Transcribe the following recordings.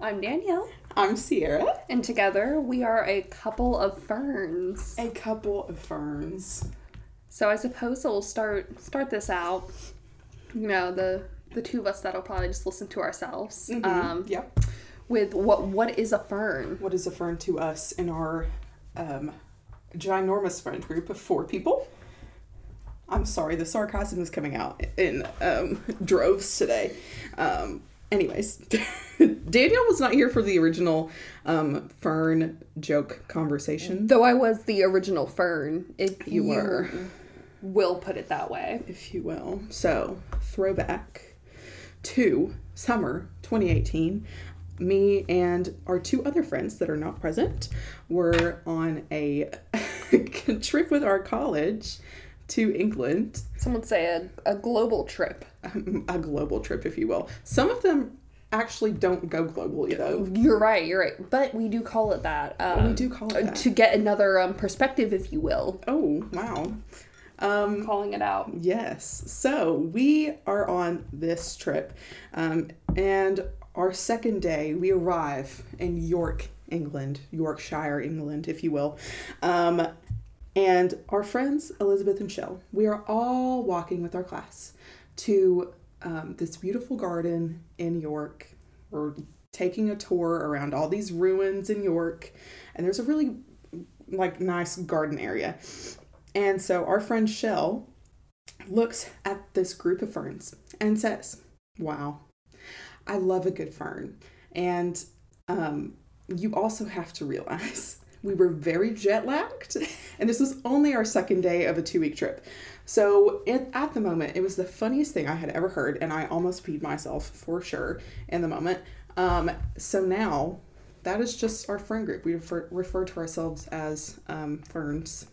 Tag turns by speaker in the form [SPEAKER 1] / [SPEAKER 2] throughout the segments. [SPEAKER 1] I'm Danielle,
[SPEAKER 2] I'm Sierra.
[SPEAKER 1] and together we are a couple of ferns.
[SPEAKER 2] A couple of ferns.
[SPEAKER 1] So I suppose we'll start start this out. You know, the the two of us that'll probably just listen to ourselves. Um,
[SPEAKER 2] Yep.
[SPEAKER 1] with what what is a fern?
[SPEAKER 2] What is a fern to us in our um, ginormous friend group of four people? I'm sorry, the sarcasm is coming out in um, droves today. Um, anyways, Danielle was not here for the original um, fern joke conversation.
[SPEAKER 1] Though I was the original fern, if you,
[SPEAKER 2] You were.
[SPEAKER 1] will put it that way.
[SPEAKER 2] if you will. So, throwback to summer 2018. Me and our two other friends that are not present were on a trip with our college to England,
[SPEAKER 1] Some would say a, a global trip.
[SPEAKER 2] um, a global trip, if you will. Some of them actually don't go globally, though.
[SPEAKER 1] You're right. You're right. But we do call it that. Um,
[SPEAKER 2] We do call it that.
[SPEAKER 1] to get another um, perspective, if you will.
[SPEAKER 2] Oh, wow. Um,
[SPEAKER 1] Calling it out.
[SPEAKER 2] Yes. So we are on this trip, um, and our second day we arrive in York, England, Yorkshire, England, if you will. Um, and our friends Elizabeth and Shell, we are all walking with our class to um, this beautiful garden in York. We're taking a tour around all these ruins in York, and there's a really like nice garden area. And so our friend Shell looks at this group of ferns and says, Wow, I love a good fern. And um, you also have to realize we were very jet lagged, and this was only our second day of a two week trip. So it, at the moment, it was the funniest thing I had ever heard, and I almost peed myself for sure in the moment. Um, so now, that is just our fern group. We refer, refer to ourselves as um, ferns.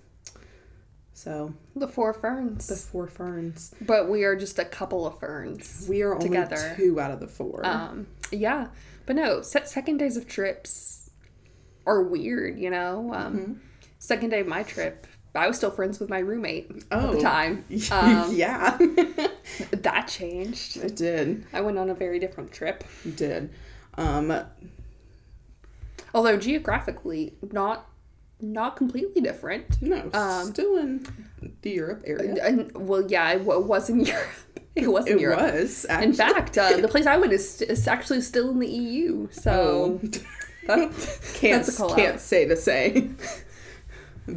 [SPEAKER 2] So
[SPEAKER 1] The four ferns.
[SPEAKER 2] the four ferns.
[SPEAKER 1] But we are just a couple of ferns.
[SPEAKER 2] We are only
[SPEAKER 1] Together.
[SPEAKER 2] two out of the four.
[SPEAKER 1] Um, yeah, but no, se- second days of trips are weird, you know. Um,
[SPEAKER 2] Mm-hmm.
[SPEAKER 1] Second day of my trip, I was still friends with my roommate at the
[SPEAKER 2] Oh.
[SPEAKER 1] time. Um,
[SPEAKER 2] yeah,
[SPEAKER 1] that changed.
[SPEAKER 2] it did.
[SPEAKER 1] I went on a very different trip,
[SPEAKER 2] It did. Um,
[SPEAKER 1] although geographically not not completely different.
[SPEAKER 2] no,
[SPEAKER 1] Um,
[SPEAKER 2] still in the Europe area.
[SPEAKER 1] And, well, yeah, it wa- was in Europe. It was in
[SPEAKER 2] It
[SPEAKER 1] Europe.
[SPEAKER 2] was actually.
[SPEAKER 1] In fact, uh, the place I went is, is actually still in the EU.
[SPEAKER 2] Oh.
[SPEAKER 1] So that-
[SPEAKER 2] can't
[SPEAKER 1] oh. that's a call
[SPEAKER 2] can't
[SPEAKER 1] out.
[SPEAKER 2] say the same.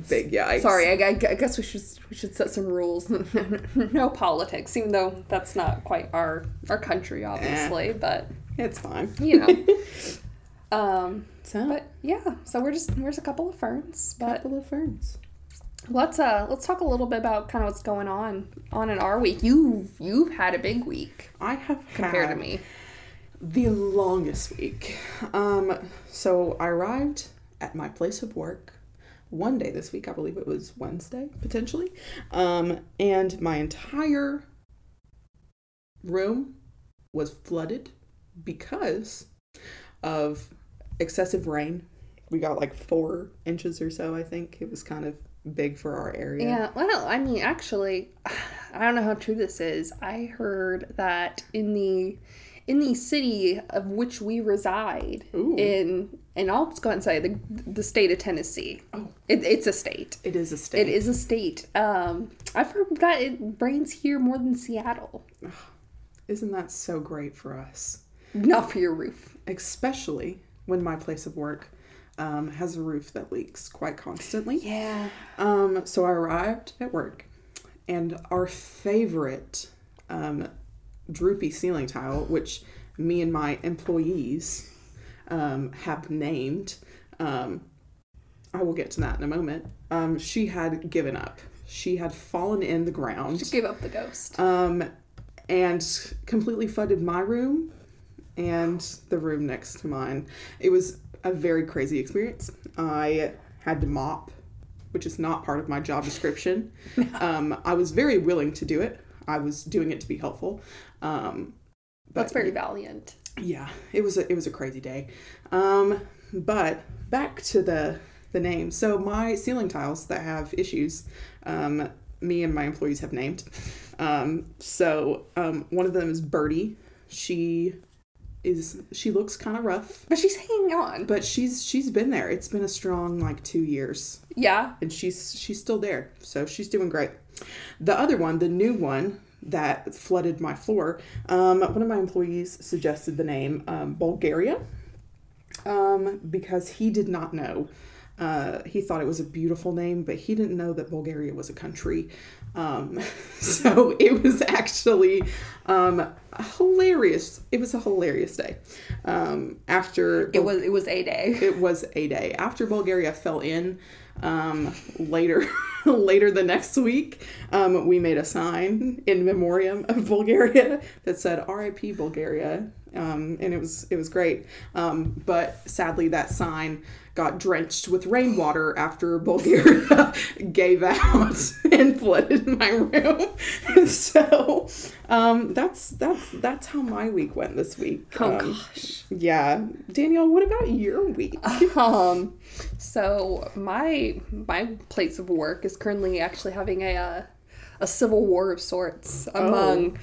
[SPEAKER 2] Big yikes.
[SPEAKER 1] Sorry, I, I- I guess we should we should set some rules. no politics, even though that's not quite our our country, obviously. But
[SPEAKER 2] it's fine.
[SPEAKER 1] you know, um,
[SPEAKER 2] So
[SPEAKER 1] but yeah. So we're just we're just a couple of ferns, but
[SPEAKER 2] couple of ferns.
[SPEAKER 1] let's uh let's talk a little bit about kind of what's going on on in our week. You you've had a big week
[SPEAKER 2] I have
[SPEAKER 1] compared
[SPEAKER 2] had
[SPEAKER 1] to me.
[SPEAKER 2] the longest week. Um, so I arrived at my place of work one day this week. I believe it was Wednesday potentially, um, and my entire room was flooded because of excessive rain. We got like four inches or so. I think it was kind of big for our area.
[SPEAKER 1] Yeah, well, I mean, actually, I don't know how true this is. I heard that in the in the city of which we reside
[SPEAKER 2] Ooh.
[SPEAKER 1] in, and I'll just go ahead and say the the state of Tennessee.
[SPEAKER 2] Oh.
[SPEAKER 1] It, it's a state.
[SPEAKER 2] It is a
[SPEAKER 1] It
[SPEAKER 2] state.
[SPEAKER 1] is a state. Um, I've heard that it rains here more than Seattle.
[SPEAKER 2] Isn't that so great for us?
[SPEAKER 1] Not for your roof.
[SPEAKER 2] especially when my place of work um, has a roof that leaks quite constantly.
[SPEAKER 1] Yeah.
[SPEAKER 2] Um, so I arrived at work, and our favorite um, droopy ceiling tile, which me and my employees um, have named, um, I will get to that in a moment. Um, she had given up. She had fallen in the ground
[SPEAKER 1] Just give up the ghost.
[SPEAKER 2] um, and completely flooded my room and the room next to mine. It was a very crazy experience. I had to mop, which is not part of my job description. um, I was very willing to do it. I was doing it to be helpful. Um, but
[SPEAKER 1] That's very valiant.
[SPEAKER 2] yeah, it was a it was a crazy day. Um, but back to the the name. So my ceiling tiles that have issues, um, me and my employees have named. Um, so um, one of them is Birdie. She is she looks kind of rough,
[SPEAKER 1] But she's hanging on.
[SPEAKER 2] but she's she's been there. It's been a strong like 2 years
[SPEAKER 1] Yeah.
[SPEAKER 2] and she's she's still there. So she's doing great. The other one, the new one that flooded my floor, um, one of my employees suggested the name um, Bulgaria um, because he did not know. Uh, he thought it was a beautiful name, but he didn't know that Bulgaria was a country. Um, so it was actually um, hilarious. It was a hilarious day. Um, after
[SPEAKER 1] It was it was a day.
[SPEAKER 2] it was a day after Bulgaria fell in. Um, later, later the next week, um, we made a sign in memoriam of Bulgaria that said "R.I.P. Bulgaria," um, and it was it was great. Um, but sadly, that sign got drenched with rainwater after Bulgaria gave out and flooded my room. And so um, that's that's that's how my week went this week.
[SPEAKER 1] Oh
[SPEAKER 2] Um,
[SPEAKER 1] gosh.
[SPEAKER 2] yeah, Danielle, what about your week?
[SPEAKER 1] Um, so my my place of work is currently actually having a uh, a civil war of sorts among.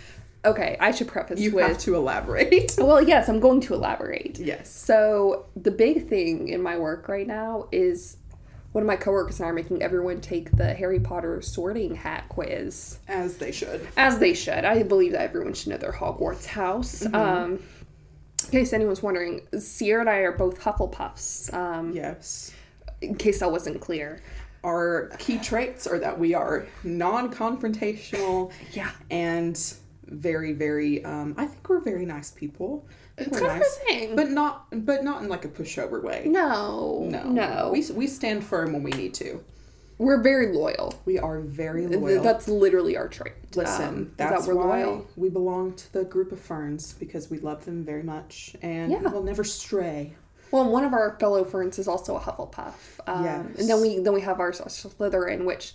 [SPEAKER 1] Okay, I should preface
[SPEAKER 2] Oh. You
[SPEAKER 1] with
[SPEAKER 2] have to elaborate.
[SPEAKER 1] Well, yes, I'm going to elaborate.
[SPEAKER 2] Yes.
[SPEAKER 1] So the big thing in my work right now is one of my coworkers and I are making everyone take the Harry Potter sorting hat quiz,
[SPEAKER 2] As they should.
[SPEAKER 1] as they should. I believe that everyone should know their Hogwarts house.
[SPEAKER 2] Mm-hmm.
[SPEAKER 1] Um, in case anyone's wondering, Sierra and I are both Hufflepuffs. Um,
[SPEAKER 2] Yes.
[SPEAKER 1] in case I wasn't clear.
[SPEAKER 2] Our key traits are that we are non confrontational
[SPEAKER 1] Yeah.
[SPEAKER 2] and very, very, um, I think we're very nice people. I think
[SPEAKER 1] It's
[SPEAKER 2] we're
[SPEAKER 1] kind of
[SPEAKER 2] nice,
[SPEAKER 1] a thing.
[SPEAKER 2] But not, but not in like a pushover way.
[SPEAKER 1] No,
[SPEAKER 2] No.
[SPEAKER 1] no, no.
[SPEAKER 2] We, we stand firm when we need to.
[SPEAKER 1] We're very loyal.
[SPEAKER 2] We are very
[SPEAKER 1] Th-
[SPEAKER 2] loyal.
[SPEAKER 1] That's literally our trait.
[SPEAKER 2] Listen,
[SPEAKER 1] Um, is that
[SPEAKER 2] that's
[SPEAKER 1] we're
[SPEAKER 2] why
[SPEAKER 1] loyal.
[SPEAKER 2] we belong to the group of ferns because we love them very much and
[SPEAKER 1] Yeah.
[SPEAKER 2] we'll never stray.
[SPEAKER 1] Well, one of our fellow ferns is also a Hufflepuff. Um, And
[SPEAKER 2] Yes.
[SPEAKER 1] then we then we have our Slytherin, which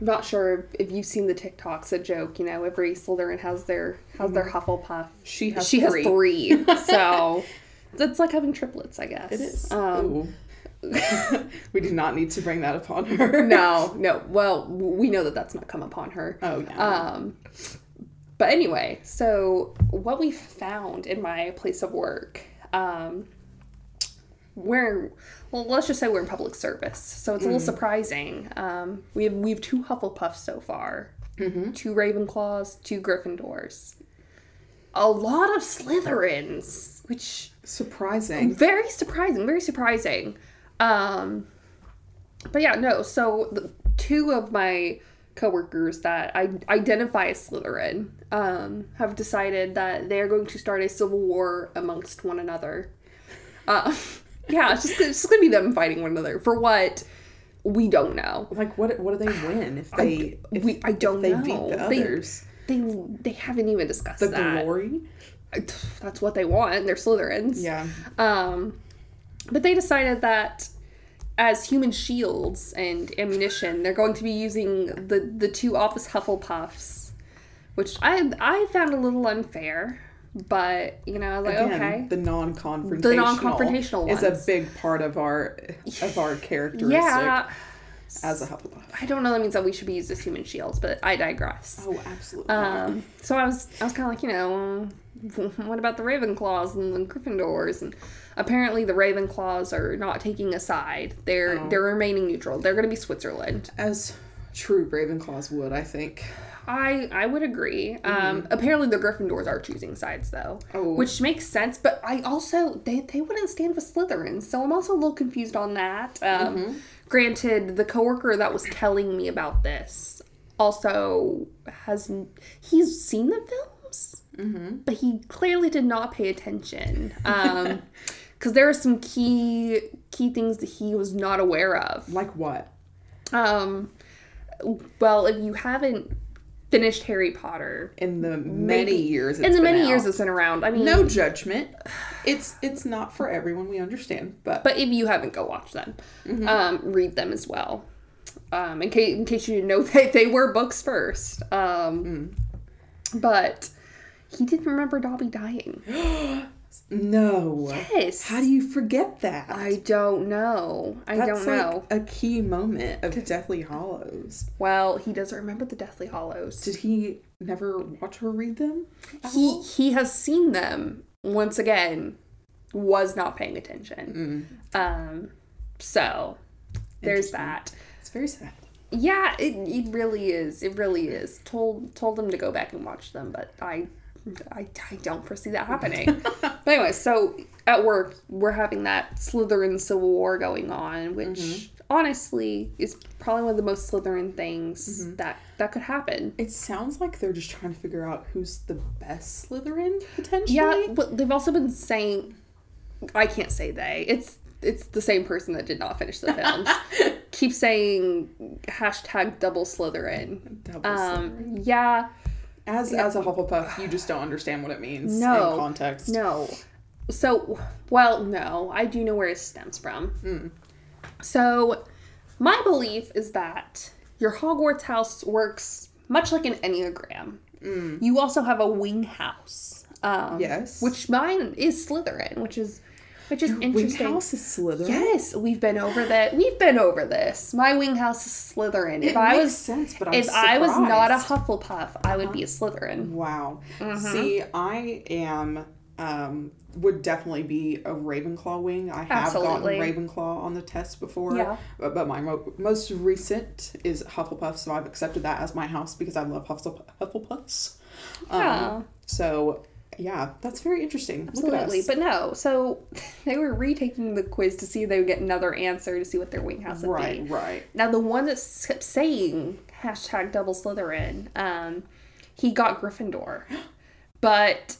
[SPEAKER 1] I'm not sure if you've seen the TikToks. A joke, you know, every Slytherin has their has their Hufflepuff.
[SPEAKER 2] Mm-hmm. She has
[SPEAKER 1] she
[SPEAKER 2] three.
[SPEAKER 1] has three, so it's like having triplets, I guess.
[SPEAKER 2] It is.
[SPEAKER 1] Um,
[SPEAKER 2] Ooh. we do not need to bring that upon her.
[SPEAKER 1] no, no. Well, we know that that's not come upon her.
[SPEAKER 2] Oh yeah.
[SPEAKER 1] Um, but anyway, so what we found in my place of work, um, we're well, let's just say we're in public service, so it's a little surprising. Um, we have we have two Hufflepuffs so far, two Ravenclaws, two Gryffindors, a lot of Slytherins, which
[SPEAKER 2] Surprising.
[SPEAKER 1] very surprising very surprising um but yeah no so the, two of my coworkers that i identify as slytherin um have decided that they're going to start a civil war amongst one another uh, yeah it's just, it's just gonna be them fighting one another for what we don't know
[SPEAKER 2] Like what? What do they win if they? if
[SPEAKER 1] we i don't
[SPEAKER 2] they
[SPEAKER 1] know
[SPEAKER 2] beat the
[SPEAKER 1] They-
[SPEAKER 2] others.
[SPEAKER 1] they, they haven't even discussed
[SPEAKER 2] the
[SPEAKER 1] that
[SPEAKER 2] glory.
[SPEAKER 1] that's what they want they're slytherins
[SPEAKER 2] Yeah.
[SPEAKER 1] Um, but they decided that as human shields and ammunition, they're going to be using the the two office Hufflepuffs, which I I found a little unfair. But you know, I was like,
[SPEAKER 2] Again,
[SPEAKER 1] okay,
[SPEAKER 2] The non-confrontational.
[SPEAKER 1] non-confrontational
[SPEAKER 2] is a
[SPEAKER 1] ones.
[SPEAKER 2] big part of our of our characteristic
[SPEAKER 1] yeah.
[SPEAKER 2] as a Hufflepuff.
[SPEAKER 1] I don't know. That means that we should be used as human shields, but I digress.
[SPEAKER 2] Oh, absolutely.
[SPEAKER 1] Um, so I was, I was kind of like, you know, what about the Ravenclaws and the Gryffindors? And apparently, the Ravenclaws are not taking a side. They're
[SPEAKER 2] Oh.
[SPEAKER 1] they're remaining neutral. They're going to be Switzerland.
[SPEAKER 2] as true Ravenclaws would, I think.
[SPEAKER 1] I I would agree. Um, apparently, the Gryffindors are choosing sides though,
[SPEAKER 2] Oh.
[SPEAKER 1] which makes sense. But I also they they wouldn't stand with Slytherins, so I'm also a little confused on that. Um, Granted, the coworker that was telling me about this also has he's seen the films, but he clearly did not pay attention. Um, Because there are some key key things that he was not aware of.
[SPEAKER 2] Like what?
[SPEAKER 1] Um, well, if you haven't finished Harry Potter
[SPEAKER 2] In the many
[SPEAKER 1] maybe-
[SPEAKER 2] years.
[SPEAKER 1] in
[SPEAKER 2] it's
[SPEAKER 1] the
[SPEAKER 2] been
[SPEAKER 1] many
[SPEAKER 2] out.
[SPEAKER 1] years it's been around, I mean,
[SPEAKER 2] no judgment. It's it's not for everyone. We understand, but,
[SPEAKER 1] but if you haven't, go watch them,
[SPEAKER 2] Mm-hmm.
[SPEAKER 1] um, read them as well. Um, in case in case you didn't know, they they were books first. Um,
[SPEAKER 2] Hmm.
[SPEAKER 1] but he didn't remember Dobby dying.
[SPEAKER 2] no.
[SPEAKER 1] Yes,
[SPEAKER 2] How do you forget that?
[SPEAKER 1] I don't know. I don't know.
[SPEAKER 2] a key moment of Deathly Hollows.
[SPEAKER 1] Well, he doesn't remember the Deathly Hollows.
[SPEAKER 2] Did he never watch her read them?
[SPEAKER 1] He he has seen them once again, was not paying attention. Um, so there's
[SPEAKER 2] Interesting.
[SPEAKER 1] that.
[SPEAKER 2] It's very sad.
[SPEAKER 1] Yeah, it, it really is. It really is. Told told them to go back and watch them, but I I, I don't foresee that happening. but anyway, so at work we're having that Slytherin Civil War going on, which honestly is probably one of the most Slytherin things that that could happen.
[SPEAKER 2] It sounds like they're just trying to figure out who's the best Slytherin potentially.
[SPEAKER 1] Yeah, but they've also been saying I can't say they. It's it's the same person that did not finish the films. Keep saying hashtag double Slytherin.
[SPEAKER 2] Double Slytherin.
[SPEAKER 1] Um, yeah.
[SPEAKER 2] As as a Hufflepuff, you just don't understand what it means
[SPEAKER 1] No.
[SPEAKER 2] in context.
[SPEAKER 1] No. So, well, no, I do know where it stems from.
[SPEAKER 2] Hmm.
[SPEAKER 1] So, my belief is that your Hogwarts house works much like an Enneagram. You also have a wing house. Um,
[SPEAKER 2] Hmm. Yes.
[SPEAKER 1] Which mine is Slytherin, which is which is interesting.
[SPEAKER 2] Wing House is Slytherin.
[SPEAKER 1] Yes, we've been over that. We've been over this. My wing house is Slytherin.
[SPEAKER 2] It
[SPEAKER 1] if I
[SPEAKER 2] makes
[SPEAKER 1] was
[SPEAKER 2] sense, but I'm
[SPEAKER 1] if I was not a
[SPEAKER 2] surprised.
[SPEAKER 1] Hufflepuff, I would be a Slytherin.
[SPEAKER 2] Wow.
[SPEAKER 1] Mm-hmm.
[SPEAKER 2] See, I am um would definitely be a Ravenclaw wing. I have
[SPEAKER 1] Absolutely.
[SPEAKER 2] gotten Ravenclaw on the test before.
[SPEAKER 1] Yeah.
[SPEAKER 2] But, but my mo- most recent is Hufflepuff, so I've accepted that as my house because I love Huffle- Hufflepuffs. Um,
[SPEAKER 1] Yeah.
[SPEAKER 2] So yeah, that's very interesting.
[SPEAKER 1] Absolutely,
[SPEAKER 2] Look at us.
[SPEAKER 1] but no. So they were retaking the quiz to see if they would get another answer to see what their wing house would
[SPEAKER 2] right,
[SPEAKER 1] be.
[SPEAKER 2] right.
[SPEAKER 1] Now the one that s- kept saying hashtag double Slytherin, um, he got Gryffindor, but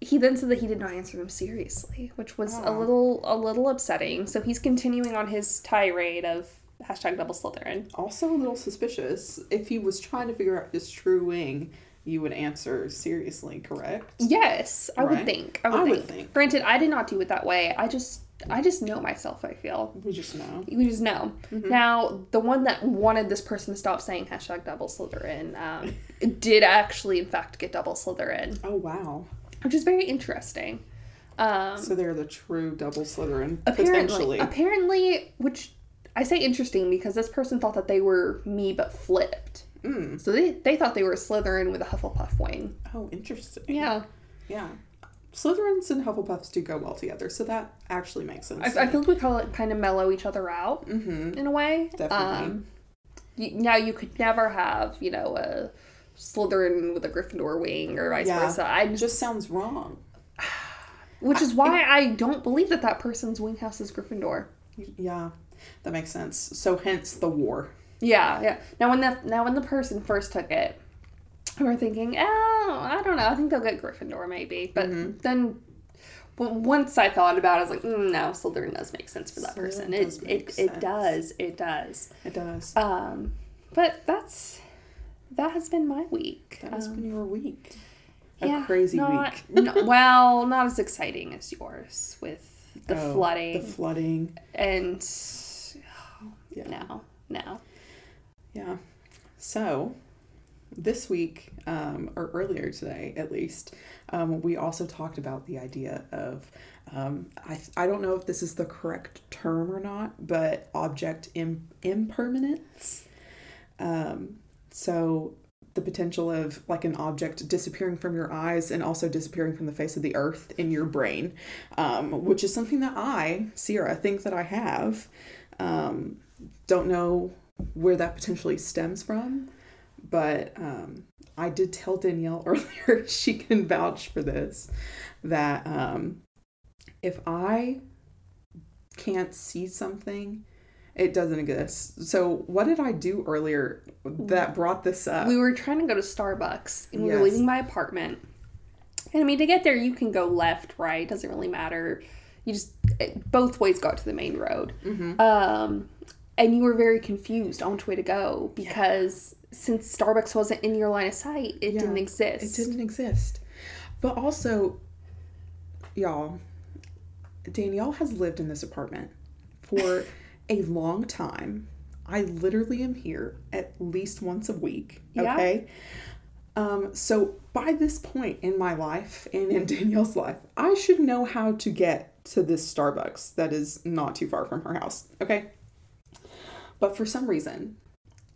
[SPEAKER 1] he then said that he did not answer them seriously, which was a little a little upsetting. So he's continuing on his tirade of hashtag double Slytherin.
[SPEAKER 2] Also a little suspicious. If he was trying to figure out his true wing, you would answer seriously, correct?
[SPEAKER 1] Yes, I would
[SPEAKER 2] Right.
[SPEAKER 1] think. I would,
[SPEAKER 2] I
[SPEAKER 1] think.
[SPEAKER 2] would think.
[SPEAKER 1] Granted, I did not do it that way. I just I just know myself. I feel.
[SPEAKER 2] We just know.
[SPEAKER 1] We just know. Now, the one that wanted this person to stop saying hashtag double Slytherin um, did actually, in fact, get double Slytherin,
[SPEAKER 2] Oh wow.
[SPEAKER 1] which is very interesting. Um,
[SPEAKER 2] So they're the true double Slytherin,
[SPEAKER 1] apparently,
[SPEAKER 2] potentially.
[SPEAKER 1] apparently, which I say interesting because this person thought that they were me but flipped. Mm. So they, they thought they were Slytherin with a Hufflepuff wing.
[SPEAKER 2] Oh, interesting.
[SPEAKER 1] Yeah.
[SPEAKER 2] Yeah. Slytherins and Hufflepuffs do go well together, so that actually makes sense.
[SPEAKER 1] I, I feel like we kind of, kind of mellow each other out in a way.
[SPEAKER 2] Mm-hmm. Definitely.
[SPEAKER 1] Um, you, now you could never have, you know, a Slytherin with a Gryffindor wing or vice
[SPEAKER 2] Yeah.
[SPEAKER 1] versa. I
[SPEAKER 2] it
[SPEAKER 1] just,
[SPEAKER 2] just sounds wrong.
[SPEAKER 1] which is why I don't believe that that person's wing house is Gryffindor.
[SPEAKER 2] Yeah, that makes sense. So hence the war.
[SPEAKER 1] Yeah, yeah. Now when the now when the person first took it, we were thinking, oh, I don't know. I think they'll get Gryffindor maybe. But
[SPEAKER 2] Mm-hmm.
[SPEAKER 1] then, w- once I thought about, it, I was like, mm, no, Slytherin does make sense for that person.
[SPEAKER 2] Slytherin does
[SPEAKER 1] It
[SPEAKER 2] make
[SPEAKER 1] it, it
[SPEAKER 2] sense.
[SPEAKER 1] does it does.
[SPEAKER 2] It does.
[SPEAKER 1] Um, but that's that has been my week.
[SPEAKER 2] that has
[SPEAKER 1] Um,
[SPEAKER 2] been your week.
[SPEAKER 1] yeah,
[SPEAKER 2] a crazy
[SPEAKER 1] not-
[SPEAKER 2] week.
[SPEAKER 1] no- well, not as exciting as yours with the
[SPEAKER 2] Oh,
[SPEAKER 1] flooding
[SPEAKER 2] The flooding.
[SPEAKER 1] and oh,
[SPEAKER 2] Yeah.
[SPEAKER 1] no, no.
[SPEAKER 2] Yeah. So this week, um, or earlier today at least, um, we also talked about the idea of, um, I, I don't know if this is the correct term or not, but object Im- impermanence. Um, so the potential of like an object disappearing from your eyes and also disappearing from the face of the earth in your brain, um, which is something that I, Sierra, think that I have. Um, don't know where that potentially stems from, but um, I did tell Danielle earlier, she can vouch for this, that um, if I can't see something, it doesn't exist. So, what did I do earlier that brought this up?
[SPEAKER 1] We were trying to go to Starbucks and we were
[SPEAKER 2] Yes.
[SPEAKER 1] leaving my apartment. And I mean, to get there, you can go left, right, doesn't really matter. You just, it, both ways got to the main road.
[SPEAKER 2] Mm-hmm.
[SPEAKER 1] Um, and you were very confused on which way to go because since Starbucks wasn't in your line of sight, it didn't
[SPEAKER 2] It
[SPEAKER 1] exist.
[SPEAKER 2] didn't exist. But also, y'all, Danielle has lived in this apartment for a long time. I literally am here at least once a week.
[SPEAKER 1] Yeah.
[SPEAKER 2] Okay. Um, so by this point in my life and in Danielle's life, I should know how to get to this Starbucks that is not too far from her house. Okay. But for some reason,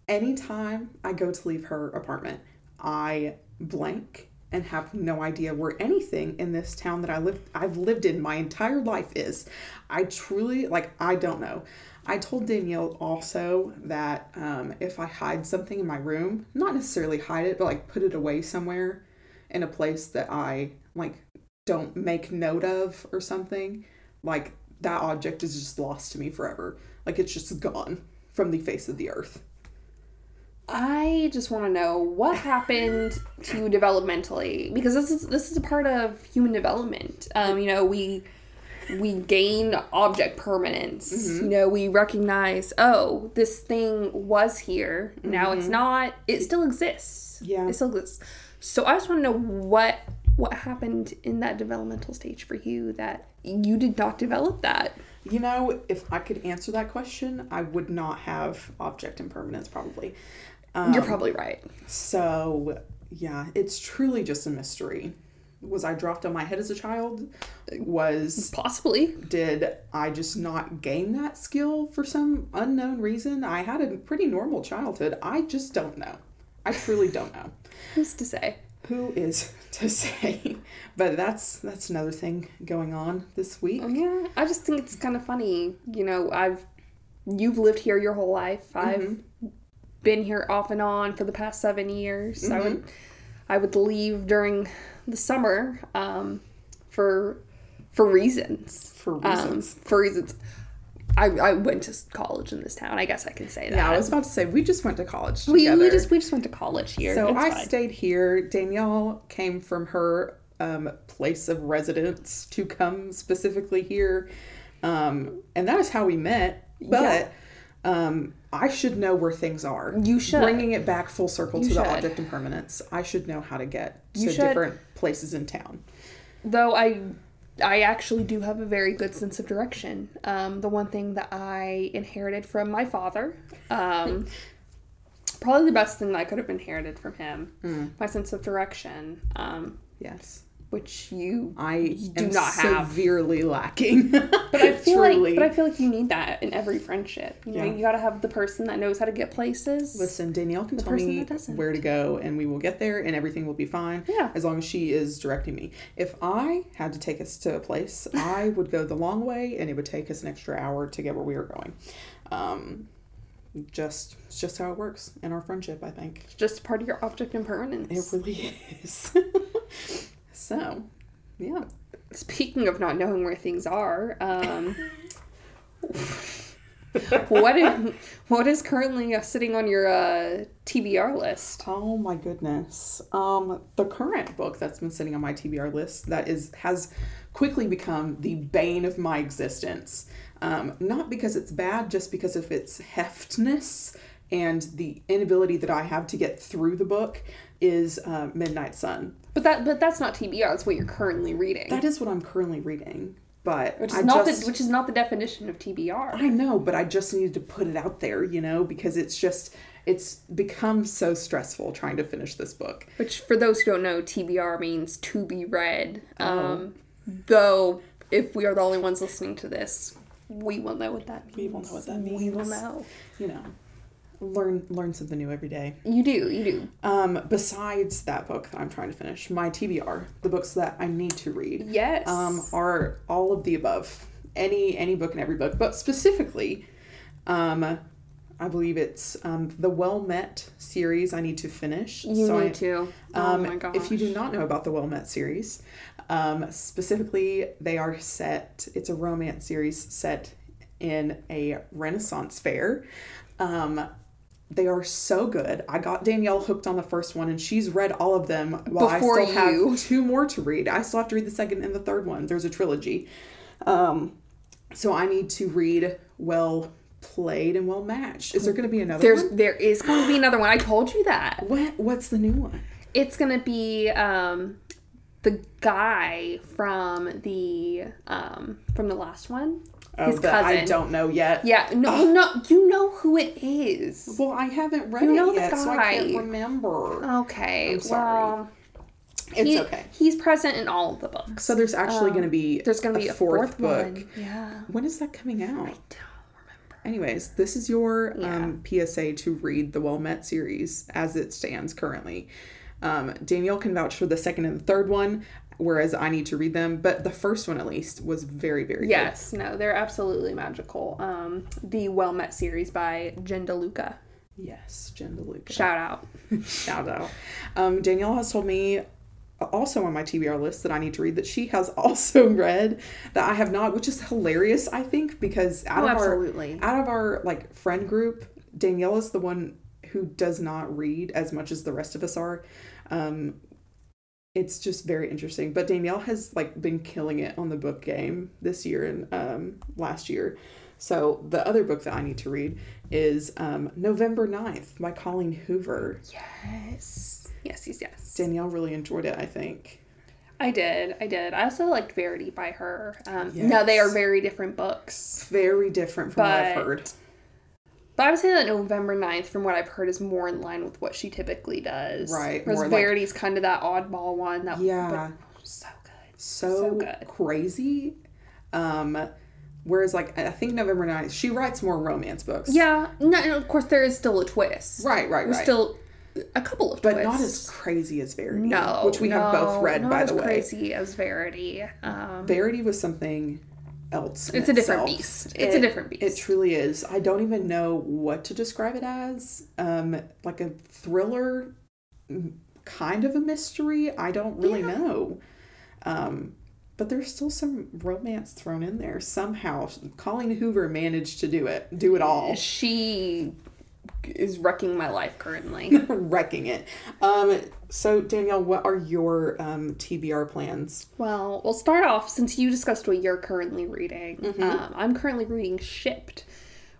[SPEAKER 2] anytime I go to leave her apartment, I blank and have no idea where anything in this town that I live I've lived in my entire life is. I truly like I don't know. I told Danielle also that um, if I hide something in my room, not necessarily hide it, but like put it away somewhere in a place that I like don't make note of or something, like that object is just lost to me forever. Like it's just gone from the face of the earth.
[SPEAKER 1] I just want to know what happened to you developmentally because this is this is a part of human development. Um, you know, we we gain object permanence. You know, we recognize, oh, this thing was here. Now it's not. It still exists.
[SPEAKER 2] Yeah.
[SPEAKER 1] it still exists. So I just want to know what what happened in that developmental stage for you that you did not develop that.
[SPEAKER 2] You know, if I could answer that question, I would not have object impermanence probably. Um,
[SPEAKER 1] You're probably right.
[SPEAKER 2] So, yeah, it's truly just a mystery. Was I dropped on my head as a child? Was
[SPEAKER 1] Possibly.
[SPEAKER 2] did I just not gain that skill for some unknown reason? I had a pretty normal childhood. I just don't know. I truly don't know.
[SPEAKER 1] Who's to say?
[SPEAKER 2] Who is to say? But that's that's another thing going on this week.
[SPEAKER 1] Yeah, I just think it's kind of funny. You know, I've you've lived here your whole
[SPEAKER 2] Mm-hmm.
[SPEAKER 1] life. I've been here off and on for the past seven years. I would
[SPEAKER 2] Mm-hmm.
[SPEAKER 1] I would leave during the summer um, for for reasons.
[SPEAKER 2] For
[SPEAKER 1] Um,
[SPEAKER 2] reasons.
[SPEAKER 1] for reasons. I, I went to s- college in this town. I guess I can say that.
[SPEAKER 2] Yeah, I was about to say we just went to college
[SPEAKER 1] we,
[SPEAKER 2] together.
[SPEAKER 1] we just we just went to college here.
[SPEAKER 2] So
[SPEAKER 1] It's
[SPEAKER 2] I
[SPEAKER 1] fine.
[SPEAKER 2] stayed here. Danielle came from her um, place of residence to come specifically here. Um, and that is how we met. But um, I should know where things are.
[SPEAKER 1] You should.
[SPEAKER 2] Bringing it back full circle
[SPEAKER 1] You
[SPEAKER 2] to the
[SPEAKER 1] should.
[SPEAKER 2] object impermanence, I should know how to get
[SPEAKER 1] You
[SPEAKER 2] to
[SPEAKER 1] should.
[SPEAKER 2] different places in town.
[SPEAKER 1] though i i actually do have a very good sense of direction um, the one thing that i inherited from my father um, probably the best thing that i could have inherited from him
[SPEAKER 2] Hmm.
[SPEAKER 1] my sense of direction um,
[SPEAKER 2] Yes.
[SPEAKER 1] which you
[SPEAKER 2] I
[SPEAKER 1] do
[SPEAKER 2] am
[SPEAKER 1] not have.
[SPEAKER 2] severely lacking.
[SPEAKER 1] but I feel like, but I feel like you need that in every friendship. You know,
[SPEAKER 2] Yeah.
[SPEAKER 1] you gotta have the person that knows how to get places.
[SPEAKER 2] Listen, Danielle can tell
[SPEAKER 1] person
[SPEAKER 2] me
[SPEAKER 1] that doesn't.
[SPEAKER 2] where to go, and we will get there, and everything will be fine.
[SPEAKER 1] Yeah.
[SPEAKER 2] As long as she is directing me. If I had to take us to a place, I would go the long way, and it would take us an extra hour to get where we were going. Um, just, it's just how it works in our friendship, I think.
[SPEAKER 1] It's just part of your object impermanence.
[SPEAKER 2] It really is. so, yeah.
[SPEAKER 1] Speaking of not knowing where things are, um, what is what is currently uh, sitting on your uh, TBR list?
[SPEAKER 2] Oh my goodness. Um, the current book that's been sitting on my TBR list that is has quickly become the bane of my existence. Um, not because it's bad, just because of its heftness and the inability that I have to get through the book is uh, Midnight Sun.
[SPEAKER 1] But that but that's not TBR. That's what you're currently reading,
[SPEAKER 2] That is what I'm currently reading, but
[SPEAKER 1] which is
[SPEAKER 2] I
[SPEAKER 1] not
[SPEAKER 2] just
[SPEAKER 1] the, which is not the definition of TBR.
[SPEAKER 2] I know, but I just needed to put it out there, you know, because it's just it's become so stressful trying to finish this book.
[SPEAKER 1] Which for those who don't know, TBR means to be read.
[SPEAKER 2] Oh.
[SPEAKER 1] Um, Though if we are the only ones listening to this, we will know what that means.
[SPEAKER 2] We will know what that
[SPEAKER 1] We will
[SPEAKER 2] means.
[SPEAKER 1] know.
[SPEAKER 2] you know learn learn something new every day
[SPEAKER 1] You do. You do.
[SPEAKER 2] um besides that book that i'm trying to finish my tbr the books that i need to read
[SPEAKER 1] Yes.
[SPEAKER 2] um are all of the above any any book and every book but specifically um i believe it's um the well met series i need to finish
[SPEAKER 1] you
[SPEAKER 2] so
[SPEAKER 1] need
[SPEAKER 2] I,
[SPEAKER 1] to.
[SPEAKER 2] um,
[SPEAKER 1] oh my god.
[SPEAKER 2] If you do not know about the Well Met series, um, specifically, they are set, it's a romance series set in a Renaissance fair. Um, they are so good. I got Danielle hooked on the first one, and she's read all of them while
[SPEAKER 1] Before
[SPEAKER 2] I still
[SPEAKER 1] you.
[SPEAKER 2] have two more to read. I still have to read the second and the third one. There's a trilogy. Um, so I need to read Well Played and Well Matched. Is there going to be another
[SPEAKER 1] There's
[SPEAKER 2] one?
[SPEAKER 1] there is going to be another one. I told you that.
[SPEAKER 2] What, what's the new one?
[SPEAKER 1] It's going to be um the guy from the um from the last one.
[SPEAKER 2] Oh, that I don't Oh. know yet.
[SPEAKER 1] Yeah, no no you know who it is.
[SPEAKER 2] Well, I haven't read
[SPEAKER 1] You know
[SPEAKER 2] it
[SPEAKER 1] the
[SPEAKER 2] yet, so I can't
[SPEAKER 1] guy.
[SPEAKER 2] remember.
[SPEAKER 1] Okay.
[SPEAKER 2] I'm sorry.
[SPEAKER 1] Well,
[SPEAKER 2] It's
[SPEAKER 1] he-
[SPEAKER 2] okay.
[SPEAKER 1] He's present in all of the books.
[SPEAKER 2] So there's actually going to be
[SPEAKER 1] There's going to be a fourth,
[SPEAKER 2] book.
[SPEAKER 1] one. Yeah.
[SPEAKER 2] When is that coming out?
[SPEAKER 1] Don't remember.
[SPEAKER 2] Anyways, this is your
[SPEAKER 1] Yeah.
[SPEAKER 2] um, PSA to read the Well Met series as it stands currently. Um, Danielle can vouch for the second and the third one, whereas I need to read them. But the first one, at least, was very, very good.
[SPEAKER 1] Yes, no, they're absolutely magical. Um, the Well Met series by Jen DeLuca.
[SPEAKER 2] Yes, Jen DeLuca.
[SPEAKER 1] Shout out.
[SPEAKER 2] Shout out. Um, Danielle has told me also on my TBR list that I need to read that she has also read that I have not, which is hilarious, I think, because out
[SPEAKER 1] Oh,
[SPEAKER 2] of
[SPEAKER 1] absolutely.
[SPEAKER 2] our out of our like friend group, Danielle is the one who does not read as much as the rest of us are. Um it's just very interesting. But Danielle has like been killing it on the book game this year and um last year. So the other book that I need to read is um November 9th by Colleen Hoover.
[SPEAKER 1] Yes. Yes, yes, yes.
[SPEAKER 2] Danielle really enjoyed it, I think.
[SPEAKER 1] I did. I did. I also liked Verity by her. Um,
[SPEAKER 2] Yes.
[SPEAKER 1] Now, they are very different books.
[SPEAKER 2] very different from what I've
[SPEAKER 1] But-
[SPEAKER 2] heard.
[SPEAKER 1] But I would say that November 9th, from what I've heard, is more in line with what she typically does.
[SPEAKER 2] Right,
[SPEAKER 1] Whereas
[SPEAKER 2] more like-
[SPEAKER 1] Verity's kind of that oddball one. That,
[SPEAKER 2] Yeah.
[SPEAKER 1] but so good.
[SPEAKER 2] So,
[SPEAKER 1] good.
[SPEAKER 2] crazy. Um whereas like I think November 9th, she writes more romance books.
[SPEAKER 1] Yeah. No, and of course, there is still a twist.
[SPEAKER 2] Right, right,
[SPEAKER 1] There's
[SPEAKER 2] right.
[SPEAKER 1] still a couple of
[SPEAKER 2] but
[SPEAKER 1] twists.
[SPEAKER 2] not as crazy as Verity.
[SPEAKER 1] No.
[SPEAKER 2] Which we have both
[SPEAKER 1] no,
[SPEAKER 2] read,
[SPEAKER 1] not
[SPEAKER 2] by
[SPEAKER 1] as
[SPEAKER 2] the way.
[SPEAKER 1] crazy as Verity. Um,
[SPEAKER 2] Verity was something else. in
[SPEAKER 1] it's a different
[SPEAKER 2] itself.
[SPEAKER 1] beast. It's a
[SPEAKER 2] It-
[SPEAKER 1] different beast.
[SPEAKER 2] It truly is. I don't even know what to describe it as. Um, like a thriller, m- kind of a mystery. I don't really
[SPEAKER 1] Yeah.
[SPEAKER 2] know. Um, but there's still some romance thrown in there somehow. Colleen Hoover managed to do it, do it all,
[SPEAKER 1] she is wrecking my life currently.
[SPEAKER 2] wrecking it. Um, so Danielle, what are your um, TBR plans?
[SPEAKER 1] well, we'll start off since you discussed what you're currently reading.
[SPEAKER 2] Mm-hmm.
[SPEAKER 1] Um, I'm currently reading Shipped,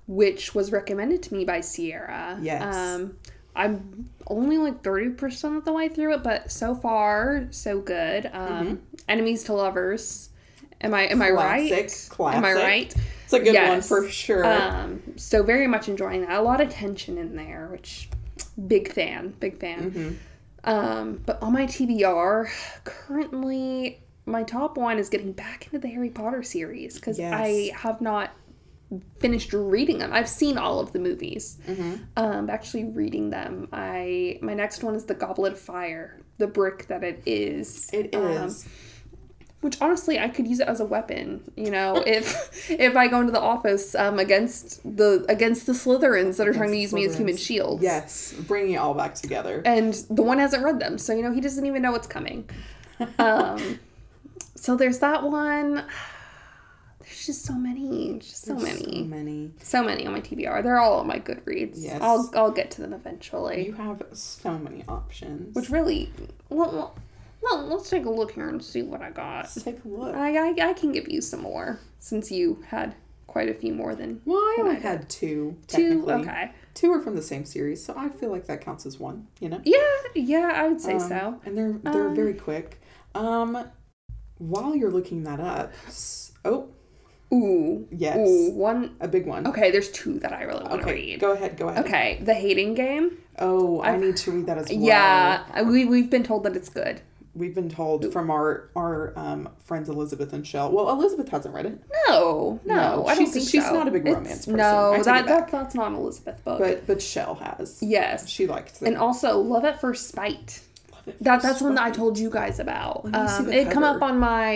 [SPEAKER 1] which was recommended to me by Sierra.
[SPEAKER 2] Yes.
[SPEAKER 1] Um, I'm only like 30% of the way through it, but so far, so good. Um,
[SPEAKER 2] Mm-hmm.
[SPEAKER 1] Enemies to Lovers. Am I am I right?
[SPEAKER 2] Classic, classic.
[SPEAKER 1] Am I right?
[SPEAKER 2] It's a good one
[SPEAKER 1] Yes.
[SPEAKER 2] for sure.
[SPEAKER 1] Um, so very much enjoying that. A lot of tension in there, which big fan, big fan.
[SPEAKER 2] Mm-hmm.
[SPEAKER 1] Um, but on my TBR, currently my top one is getting back into the Harry Potter series because
[SPEAKER 2] Yes.
[SPEAKER 1] I have not finished reading them. I've seen all of the movies.
[SPEAKER 2] Mm-hmm.
[SPEAKER 1] Um, but actually reading them. I my next one is the Goblet of Fire, the brick that it is.
[SPEAKER 2] it
[SPEAKER 1] Um,
[SPEAKER 2] is.
[SPEAKER 1] which honestly i could use it as a weapon you know if if i go into the office um against the against the slytherins that are trying to use me as human
[SPEAKER 2] Slytherins.
[SPEAKER 1] shields
[SPEAKER 2] yes, bringing it all back together.
[SPEAKER 1] and the one hasn't read them so you know he doesn't even know what's coming um so there's that one there's just so many just so
[SPEAKER 2] So
[SPEAKER 1] many
[SPEAKER 2] many.
[SPEAKER 1] so many on my tbr they're all on my goodreads
[SPEAKER 2] Yes.
[SPEAKER 1] i'll i'll get to them eventually
[SPEAKER 2] You have so many options.
[SPEAKER 1] which really well, well, well let's take a look here and see what i got
[SPEAKER 2] Let's take a look.
[SPEAKER 1] I, I, I can give you some more since you had quite a few more than
[SPEAKER 2] well, I only had two.
[SPEAKER 1] two.
[SPEAKER 2] Technically.
[SPEAKER 1] Okay.
[SPEAKER 2] Two are from the same series, so I feel like that counts as one. You know.
[SPEAKER 1] Yeah, yeah, I would say
[SPEAKER 2] Um,
[SPEAKER 1] so.
[SPEAKER 2] And they're they're
[SPEAKER 1] Um,
[SPEAKER 2] very quick. Um, while you're looking that up, s- oh
[SPEAKER 1] Ooh.
[SPEAKER 2] yes,
[SPEAKER 1] Ooh, one.
[SPEAKER 2] a big one.
[SPEAKER 1] Okay, there's two that Oh, I really want to
[SPEAKER 2] Okay,
[SPEAKER 1] read.
[SPEAKER 2] go ahead, go ahead.
[SPEAKER 1] Okay, The Hating Game.
[SPEAKER 2] Oh, I need to read that as well.
[SPEAKER 1] Yeah, I- we, we've been told that it's good.
[SPEAKER 2] we've been told from our our um, friends Elizabeth and Shell. Well, Elizabeth hasn't read it,
[SPEAKER 1] No, no, I
[SPEAKER 2] No,
[SPEAKER 1] don't
[SPEAKER 2] she's-
[SPEAKER 1] think
[SPEAKER 2] she's
[SPEAKER 1] so.
[SPEAKER 2] not a big
[SPEAKER 1] It's-
[SPEAKER 2] romance person. I
[SPEAKER 1] No,
[SPEAKER 2] take
[SPEAKER 1] that,
[SPEAKER 2] it
[SPEAKER 1] that
[SPEAKER 2] back.
[SPEAKER 1] that's not an Elizabeth book.
[SPEAKER 2] but but Shell has.
[SPEAKER 1] yes,
[SPEAKER 2] She likes it.
[SPEAKER 1] and also Love at First Spite.
[SPEAKER 2] Love it.
[SPEAKER 1] That that's one that I told you guys about.
[SPEAKER 2] me see
[SPEAKER 1] Um,
[SPEAKER 2] the
[SPEAKER 1] it come
[SPEAKER 2] cover.
[SPEAKER 1] up on my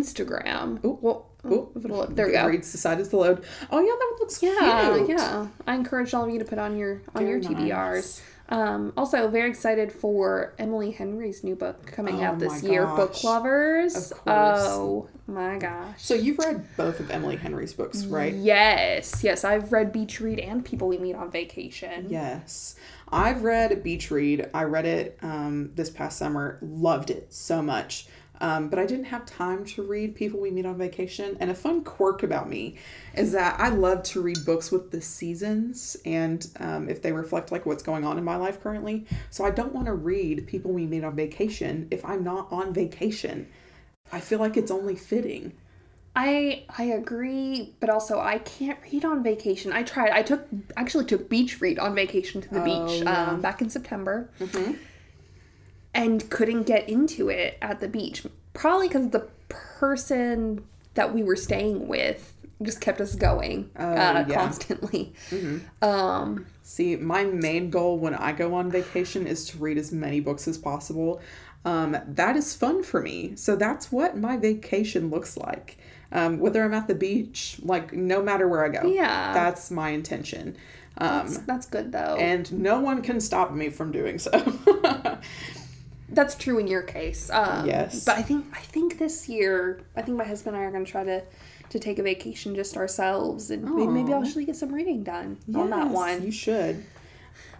[SPEAKER 1] Instagram.
[SPEAKER 2] Ooh, well, ooh,
[SPEAKER 1] Give it a look. There we go.
[SPEAKER 2] Goodreads decided to load. Oh yeah, that one looks
[SPEAKER 1] Yeah,
[SPEAKER 2] cute.
[SPEAKER 1] yeah. I encourage all of you to put on your on your
[SPEAKER 2] Very
[SPEAKER 1] TBRs.
[SPEAKER 2] nice.
[SPEAKER 1] Um, also, very excited for Emily Henry's new book coming
[SPEAKER 2] Oh
[SPEAKER 1] out this
[SPEAKER 2] my
[SPEAKER 1] year,
[SPEAKER 2] gosh.
[SPEAKER 1] Book Lovers.
[SPEAKER 2] Of course.
[SPEAKER 1] Oh my gosh.
[SPEAKER 2] So you've read both of Emily Henry's books,
[SPEAKER 1] Mm.
[SPEAKER 2] right?
[SPEAKER 1] Yes, yes. I've read Beach Read and People We Meet on Vacation.
[SPEAKER 2] Yes. I've read Beach Read. I read it um, this past summer. Loved it so much. Um, but I didn't have time to read People We Meet on Vacation. And a fun quirk about me is that I love to read books with the seasons and um, if they reflect like what's going on in my life currently. So I don't want to read People We Meet on Vacation if I'm not on vacation. I feel like it's only fitting.
[SPEAKER 1] I I agree, but also I can't read on vacation. I tried. I took actually took Beach Read on vacation to
[SPEAKER 2] Oh,
[SPEAKER 1] the beach um, back in September.
[SPEAKER 2] Mm-hmm.
[SPEAKER 1] and couldn't get into it at the beach. Probably because the person that we were staying with just kept us going
[SPEAKER 2] Oh,
[SPEAKER 1] uh,
[SPEAKER 2] yeah. Mm-hmm.
[SPEAKER 1] constantly. Um,
[SPEAKER 2] See, my main goal when I go on vacation is to read as many books as possible. Um, that is fun for me. So that's what my vacation looks like. Um, whether I'm at the beach, like no matter where I go,
[SPEAKER 1] Yeah.
[SPEAKER 2] that's my intention. Um,
[SPEAKER 1] that's, that's good though.
[SPEAKER 2] and no one can stop me from doing so.
[SPEAKER 1] That's true in your case. Um,
[SPEAKER 2] Yes.
[SPEAKER 1] But I think I think this year, I think my husband and I are going to try to to take a vacation just ourselves, and maybe, maybe I'll
[SPEAKER 2] Aw.
[SPEAKER 1] actually get some reading done on that
[SPEAKER 2] Yes,
[SPEAKER 1] one,
[SPEAKER 2] you should.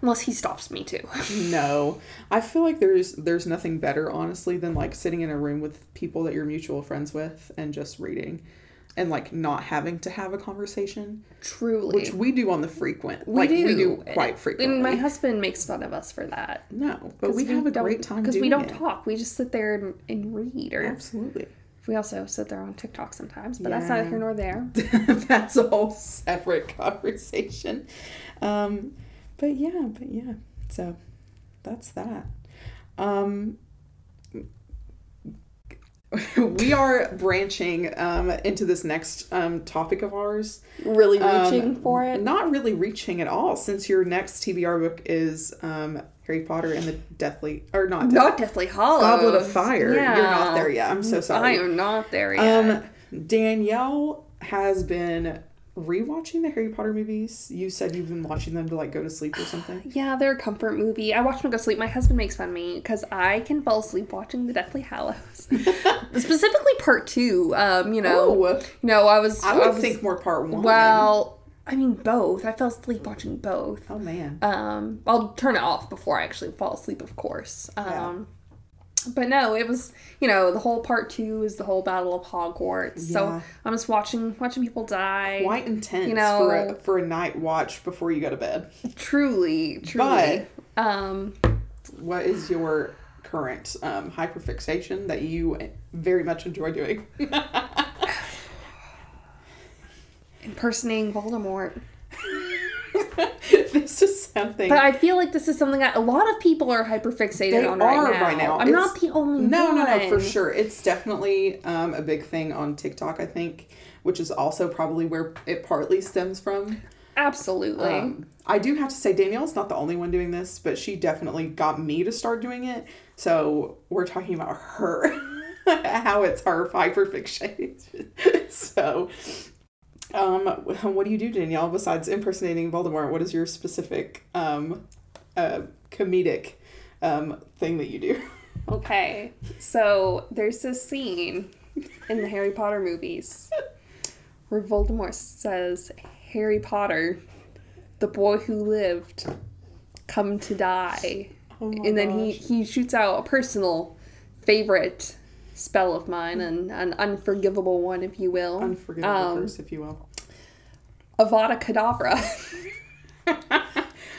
[SPEAKER 1] unless he stops me to.
[SPEAKER 2] No, I feel like there's there's nothing better, honestly, than like sitting in a room with people that you're mutual friends with and just reading, and like not having to have a conversation,
[SPEAKER 1] Truly,
[SPEAKER 2] which we do on the frequent. like, We do quite frequently.
[SPEAKER 1] And my husband makes fun of us for that.
[SPEAKER 2] no, but we have a great time
[SPEAKER 1] because we
[SPEAKER 2] doing
[SPEAKER 1] don't
[SPEAKER 2] it.
[SPEAKER 1] talk. We just sit there and, and read, or
[SPEAKER 2] Absolutely.
[SPEAKER 1] we also sit there on TikTok sometimes. But that's neither
[SPEAKER 2] Yeah.
[SPEAKER 1] here nor there.
[SPEAKER 2] That's a whole separate conversation. Um, but yeah, but yeah. So that's that. Um, we are branching um, into this next um, topic of ours.
[SPEAKER 1] Really
[SPEAKER 2] Um,
[SPEAKER 1] reaching for it.
[SPEAKER 2] Not really reaching at all, since your next TBR book is um, Harry Potter and the Deathly, or not Deathly,
[SPEAKER 1] Not Deathly Hollow.
[SPEAKER 2] Goblet of Fire. You're
[SPEAKER 1] Yeah.
[SPEAKER 2] not there yet. I'm so sorry.
[SPEAKER 1] I am not there yet.
[SPEAKER 2] Um, Danielle has been rewatching the Harry Potter movies. You said you've been watching them to like go to sleep or something.
[SPEAKER 1] Yeah, they're a comfort movie. I watch them go to sleep. My husband makes fun of me because I can fall asleep watching The Deathly Hallows, specifically part two. Um, you know,
[SPEAKER 2] Oh,
[SPEAKER 1] you know, I was.
[SPEAKER 2] I would
[SPEAKER 1] was-
[SPEAKER 2] think more part one.
[SPEAKER 1] Well, I mean, both. I fell asleep watching both.
[SPEAKER 2] oh man,
[SPEAKER 1] Um, I'll turn it off before I actually fall asleep, of course. Um, but no, it was you know the whole part two is the whole Battle of Hogwarts.
[SPEAKER 2] Yeah.
[SPEAKER 1] So I'm just watching watching people die.
[SPEAKER 2] quite intense
[SPEAKER 1] you know-
[SPEAKER 2] for a, for a night watch before you go to bed.
[SPEAKER 1] Truly, truly. um,
[SPEAKER 2] What is your current um, hyperfixation that you very much enjoy doing?
[SPEAKER 1] impersonating Voldemort.
[SPEAKER 2] this is something.
[SPEAKER 1] But I feel like this is something that a lot of people are hyperfixated
[SPEAKER 2] They
[SPEAKER 1] on
[SPEAKER 2] are
[SPEAKER 1] right now.
[SPEAKER 2] right now.
[SPEAKER 1] I'm
[SPEAKER 2] It's-
[SPEAKER 1] not the only
[SPEAKER 2] No,
[SPEAKER 1] one.
[SPEAKER 2] no, no, for sure. It's definitely um, a big thing on TikTok, I think, which is also probably where it partly stems from.
[SPEAKER 1] Absolutely.
[SPEAKER 2] Um, I do have to say, Danielle's not the only one doing this, but she definitely got me to start doing it. So we're talking about her, how it's her hyperfixation. so, um, what do you do, Danielle, besides impersonating Voldemort? What is your specific um, uh, comedic um, thing that you do?
[SPEAKER 1] okay. So there's this scene in the Harry Potter movies where Voldemort says, Harry Potter, the boy who lived, come to die.
[SPEAKER 2] Oh my
[SPEAKER 1] and then he,
[SPEAKER 2] gosh.
[SPEAKER 1] he shoots out a personal favorite spell of mine, an, an unforgivable one, if you will.
[SPEAKER 2] unforgivable
[SPEAKER 1] Um,
[SPEAKER 2] curse, if you will.
[SPEAKER 1] Avada Kedavra.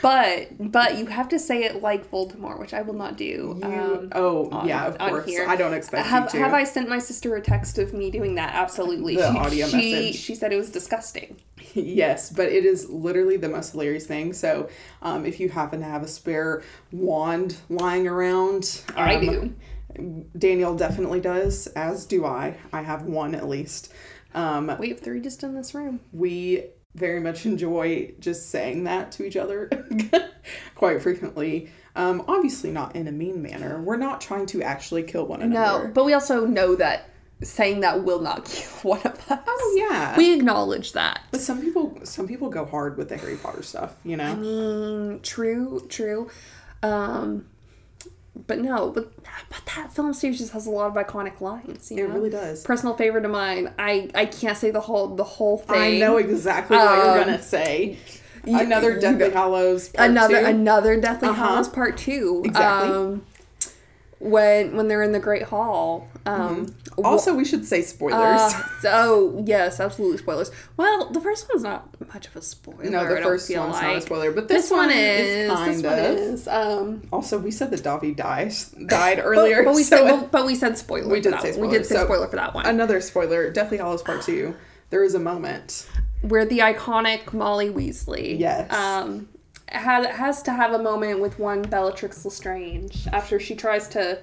[SPEAKER 1] but but you have to say it like Voldemort, which I will not do.
[SPEAKER 2] You,
[SPEAKER 1] um,
[SPEAKER 2] oh
[SPEAKER 1] on-
[SPEAKER 2] yeah, of
[SPEAKER 1] on
[SPEAKER 2] course.
[SPEAKER 1] here.
[SPEAKER 2] I don't expect
[SPEAKER 1] have
[SPEAKER 2] you to.
[SPEAKER 1] have I sent my sister a text of me doing that? Absolutely.
[SPEAKER 2] The
[SPEAKER 1] she,
[SPEAKER 2] audio
[SPEAKER 1] she,
[SPEAKER 2] message.
[SPEAKER 1] She said it was disgusting.
[SPEAKER 2] yes, but it is literally the most hilarious thing. So, um, if you happen to have a spare wand lying around,
[SPEAKER 1] I
[SPEAKER 2] um,
[SPEAKER 1] do.
[SPEAKER 2] Danielle definitely does, as do I. I have one at least. Um,
[SPEAKER 1] We have three just in this room.
[SPEAKER 2] we very much enjoy just saying that to each other quite frequently. Um, obviously, not in a mean manner. We're not trying to actually kill one another.
[SPEAKER 1] No, but we also know that saying that will not kill one of us.
[SPEAKER 2] Oh yeah.
[SPEAKER 1] We acknowledge that.
[SPEAKER 2] But some people, some people go hard with the Harry Potter stuff, you
[SPEAKER 1] I
[SPEAKER 2] know.
[SPEAKER 1] mean, Mm, true, true. Um, but no, but but that film series just has a lot of iconic lines. You
[SPEAKER 2] It
[SPEAKER 1] know?
[SPEAKER 2] really does.
[SPEAKER 1] Personal favorite of mine. I I can't say the whole the whole
[SPEAKER 2] I
[SPEAKER 1] thing.
[SPEAKER 2] know exactly what
[SPEAKER 1] Um,
[SPEAKER 2] you're gonna say. Another Deathly Hallows. Part
[SPEAKER 1] another
[SPEAKER 2] two.
[SPEAKER 1] another Deathly
[SPEAKER 2] Uh-huh.
[SPEAKER 1] Hallows Part Two.
[SPEAKER 2] Exactly.
[SPEAKER 1] Um, when when they're in the Great Hall. Um, wh-
[SPEAKER 2] also, we should say Mm-hmm. spoilers.
[SPEAKER 1] uh, oh yes, absolutely spoilers. Well, the first one's not much of a spoiler.
[SPEAKER 2] no,
[SPEAKER 1] I
[SPEAKER 2] the
[SPEAKER 1] don't
[SPEAKER 2] first
[SPEAKER 1] feel
[SPEAKER 2] one's
[SPEAKER 1] like.
[SPEAKER 2] not a spoiler, but
[SPEAKER 1] This,
[SPEAKER 2] this,
[SPEAKER 1] one,
[SPEAKER 2] is kind
[SPEAKER 1] this one
[SPEAKER 2] of.
[SPEAKER 1] is. Um,
[SPEAKER 2] Also, we said that Davi dies died
[SPEAKER 1] But-
[SPEAKER 2] earlier.
[SPEAKER 1] But, we
[SPEAKER 2] so
[SPEAKER 1] said, but, but we said spoiler.
[SPEAKER 2] We
[SPEAKER 1] for
[SPEAKER 2] did
[SPEAKER 1] that
[SPEAKER 2] say
[SPEAKER 1] one. We did
[SPEAKER 2] spoiler,
[SPEAKER 1] say
[SPEAKER 2] so-
[SPEAKER 1] spoiler for that one.
[SPEAKER 2] another spoiler. Deathly Hallows Part Two. There is a moment.
[SPEAKER 1] Where the iconic Molly Weasley,
[SPEAKER 2] Yes.
[SPEAKER 1] um, had has to have a moment with one Bellatrix Lestrange after she tries to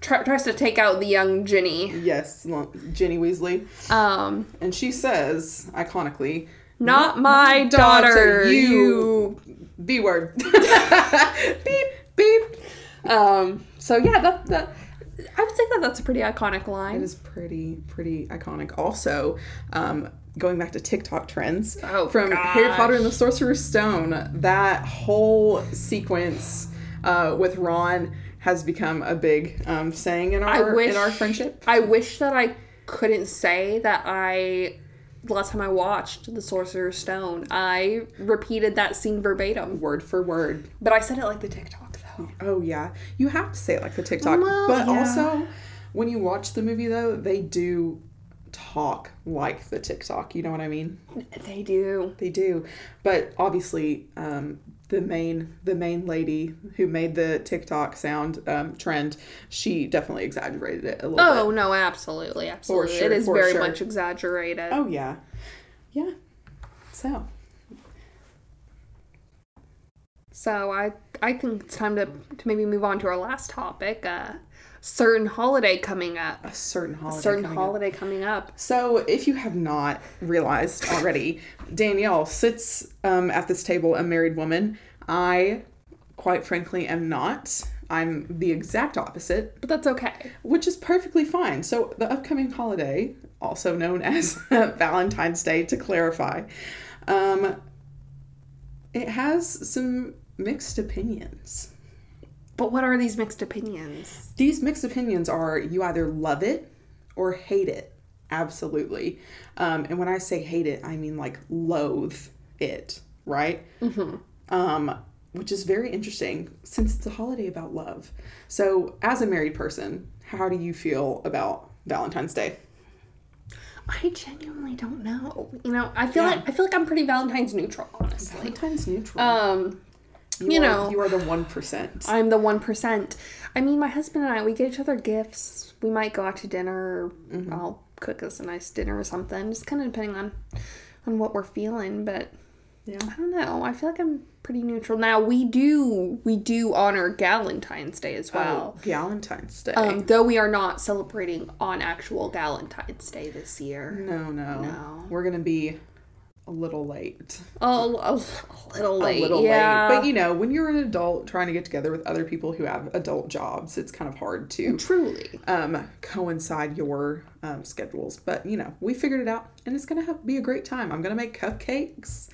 [SPEAKER 1] tr- tries to take out the young Ginny.
[SPEAKER 2] Yes, lo- Ginny Weasley.
[SPEAKER 1] Um,
[SPEAKER 2] And she says, iconically,
[SPEAKER 1] not my daughter, you.
[SPEAKER 2] B word. beep, beep.
[SPEAKER 1] Um, so yeah, that, that I would say that that's a pretty iconic line.
[SPEAKER 2] It is pretty, pretty iconic. Also, um, going back to TikTok trends
[SPEAKER 1] Oh,
[SPEAKER 2] from Harry
[SPEAKER 1] gosh.
[SPEAKER 2] Potter and the Sorcerer's Stone, that whole sequence uh, with Ron has become a big um, saying in
[SPEAKER 1] I
[SPEAKER 2] our
[SPEAKER 1] wish
[SPEAKER 2] in our friendship.
[SPEAKER 1] I wish that I couldn't say that I the last time I watched The Sorcerer's Stone, I repeated that scene verbatim.
[SPEAKER 2] Word for word.
[SPEAKER 1] But I said it like the TikTok though.
[SPEAKER 2] Oh yeah, you have to say it like the TikTok.
[SPEAKER 1] Well,
[SPEAKER 2] but
[SPEAKER 1] yeah.
[SPEAKER 2] also, when you watch the movie though, they do talk like the TikTok. You know what I mean?
[SPEAKER 1] They do.
[SPEAKER 2] They do, but obviously, um, the main the main lady who made the TikTok sound um, trend, she definitely exaggerated it a little bit.
[SPEAKER 1] Oh no, absolutely, absolutely.
[SPEAKER 2] sure,
[SPEAKER 1] it is
[SPEAKER 2] for
[SPEAKER 1] very
[SPEAKER 2] sure.
[SPEAKER 1] much exaggerated.
[SPEAKER 2] Oh yeah, yeah. So
[SPEAKER 1] So I I think it's time to, to maybe move on to our last topic. Uh certain holiday coming up.
[SPEAKER 2] a certain holiday.
[SPEAKER 1] certain
[SPEAKER 2] coming up.
[SPEAKER 1] holiday coming up.
[SPEAKER 2] So, if you have not realized already, Danielle sits um, at this table, a married woman. I, quite frankly, am not. I'm the exact opposite,
[SPEAKER 1] But that's okay.
[SPEAKER 2] which is perfectly fine. So, the upcoming holiday, also known as Valentine's Day, to clarify, um, it has some mixed opinions.
[SPEAKER 1] But what are these mixed opinions?
[SPEAKER 2] These mixed opinions are you either love it or hate it. Absolutely. Um, and when I say hate it, I mean like loathe it, right? Mm-hmm. Um, which is very interesting since it's a holiday about love. So, as a married person, how do you feel about Valentine's Day?
[SPEAKER 1] I genuinely don't know. You know, I feel
[SPEAKER 2] Yeah.
[SPEAKER 1] like I feel like I'm pretty Valentine's neutral, honestly.
[SPEAKER 2] Valentine's neutral.
[SPEAKER 1] Um, you,
[SPEAKER 2] are,
[SPEAKER 1] know,
[SPEAKER 2] you are the 1%.
[SPEAKER 1] I'm the one percent. I mean, my husband and I, we get each other gifts. We might go out to dinner.
[SPEAKER 2] Mm-hmm.
[SPEAKER 1] I'll cook us a nice dinner or something. Just kind of depending on on what we're feeling, but
[SPEAKER 2] Yeah.
[SPEAKER 1] I don't know. I feel like I'm pretty neutral. Now we do we do honor Galentine's Day
[SPEAKER 2] Oh,
[SPEAKER 1] as well.
[SPEAKER 2] Valentine's Day.
[SPEAKER 1] Um, though we are not celebrating on actual Galentine's Day this year.
[SPEAKER 2] no, no.
[SPEAKER 1] no.
[SPEAKER 2] We're going to be a little late.
[SPEAKER 1] Oh, a, a little late.
[SPEAKER 2] a little
[SPEAKER 1] yeah.
[SPEAKER 2] late. But you know, when you're an adult trying to get together with other people who have adult jobs, it's kind of hard to
[SPEAKER 1] Truly.
[SPEAKER 2] um, coincide your um, schedules. But you know, we figured it out, and it's gonna have, be a great time. I'm gonna make cupcakes.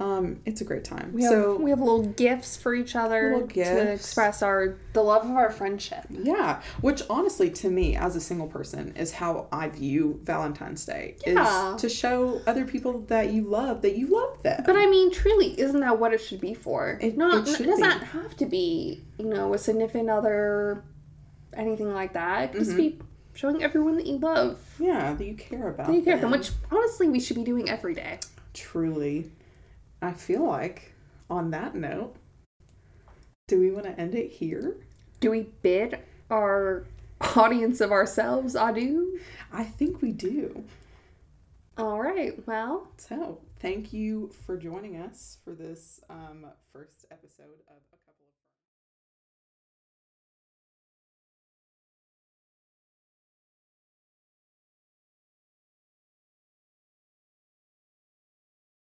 [SPEAKER 2] Um, it's a great time.
[SPEAKER 1] We have,
[SPEAKER 2] so
[SPEAKER 1] we have little gifts for each other
[SPEAKER 2] Little
[SPEAKER 1] to
[SPEAKER 2] gifts.
[SPEAKER 1] express our the love of our friendship.
[SPEAKER 2] yeah, which honestly, to me as a single person, is how I view Valentine's Day.
[SPEAKER 1] Yeah.
[SPEAKER 2] Is to show other people that you love that you love them.
[SPEAKER 1] But I mean, truly, isn't that what it should be for?
[SPEAKER 2] It-
[SPEAKER 1] not,
[SPEAKER 2] it
[SPEAKER 1] it,
[SPEAKER 2] should
[SPEAKER 1] does
[SPEAKER 2] be.
[SPEAKER 1] not have to be, you know, a significant other, anything like that. It could just be showing everyone that you love,
[SPEAKER 2] Mm-hmm. yeah, that you care about.
[SPEAKER 1] that you care for
[SPEAKER 2] them.
[SPEAKER 1] them, which honestly we should be doing every day.
[SPEAKER 2] truly. I feel like on that note, do we want to end it here?
[SPEAKER 1] Do we bid our audience of ourselves adieu?
[SPEAKER 2] I think we do.
[SPEAKER 1] All right, well.
[SPEAKER 2] So, thank you for joining us for this um, first episode of a couple of.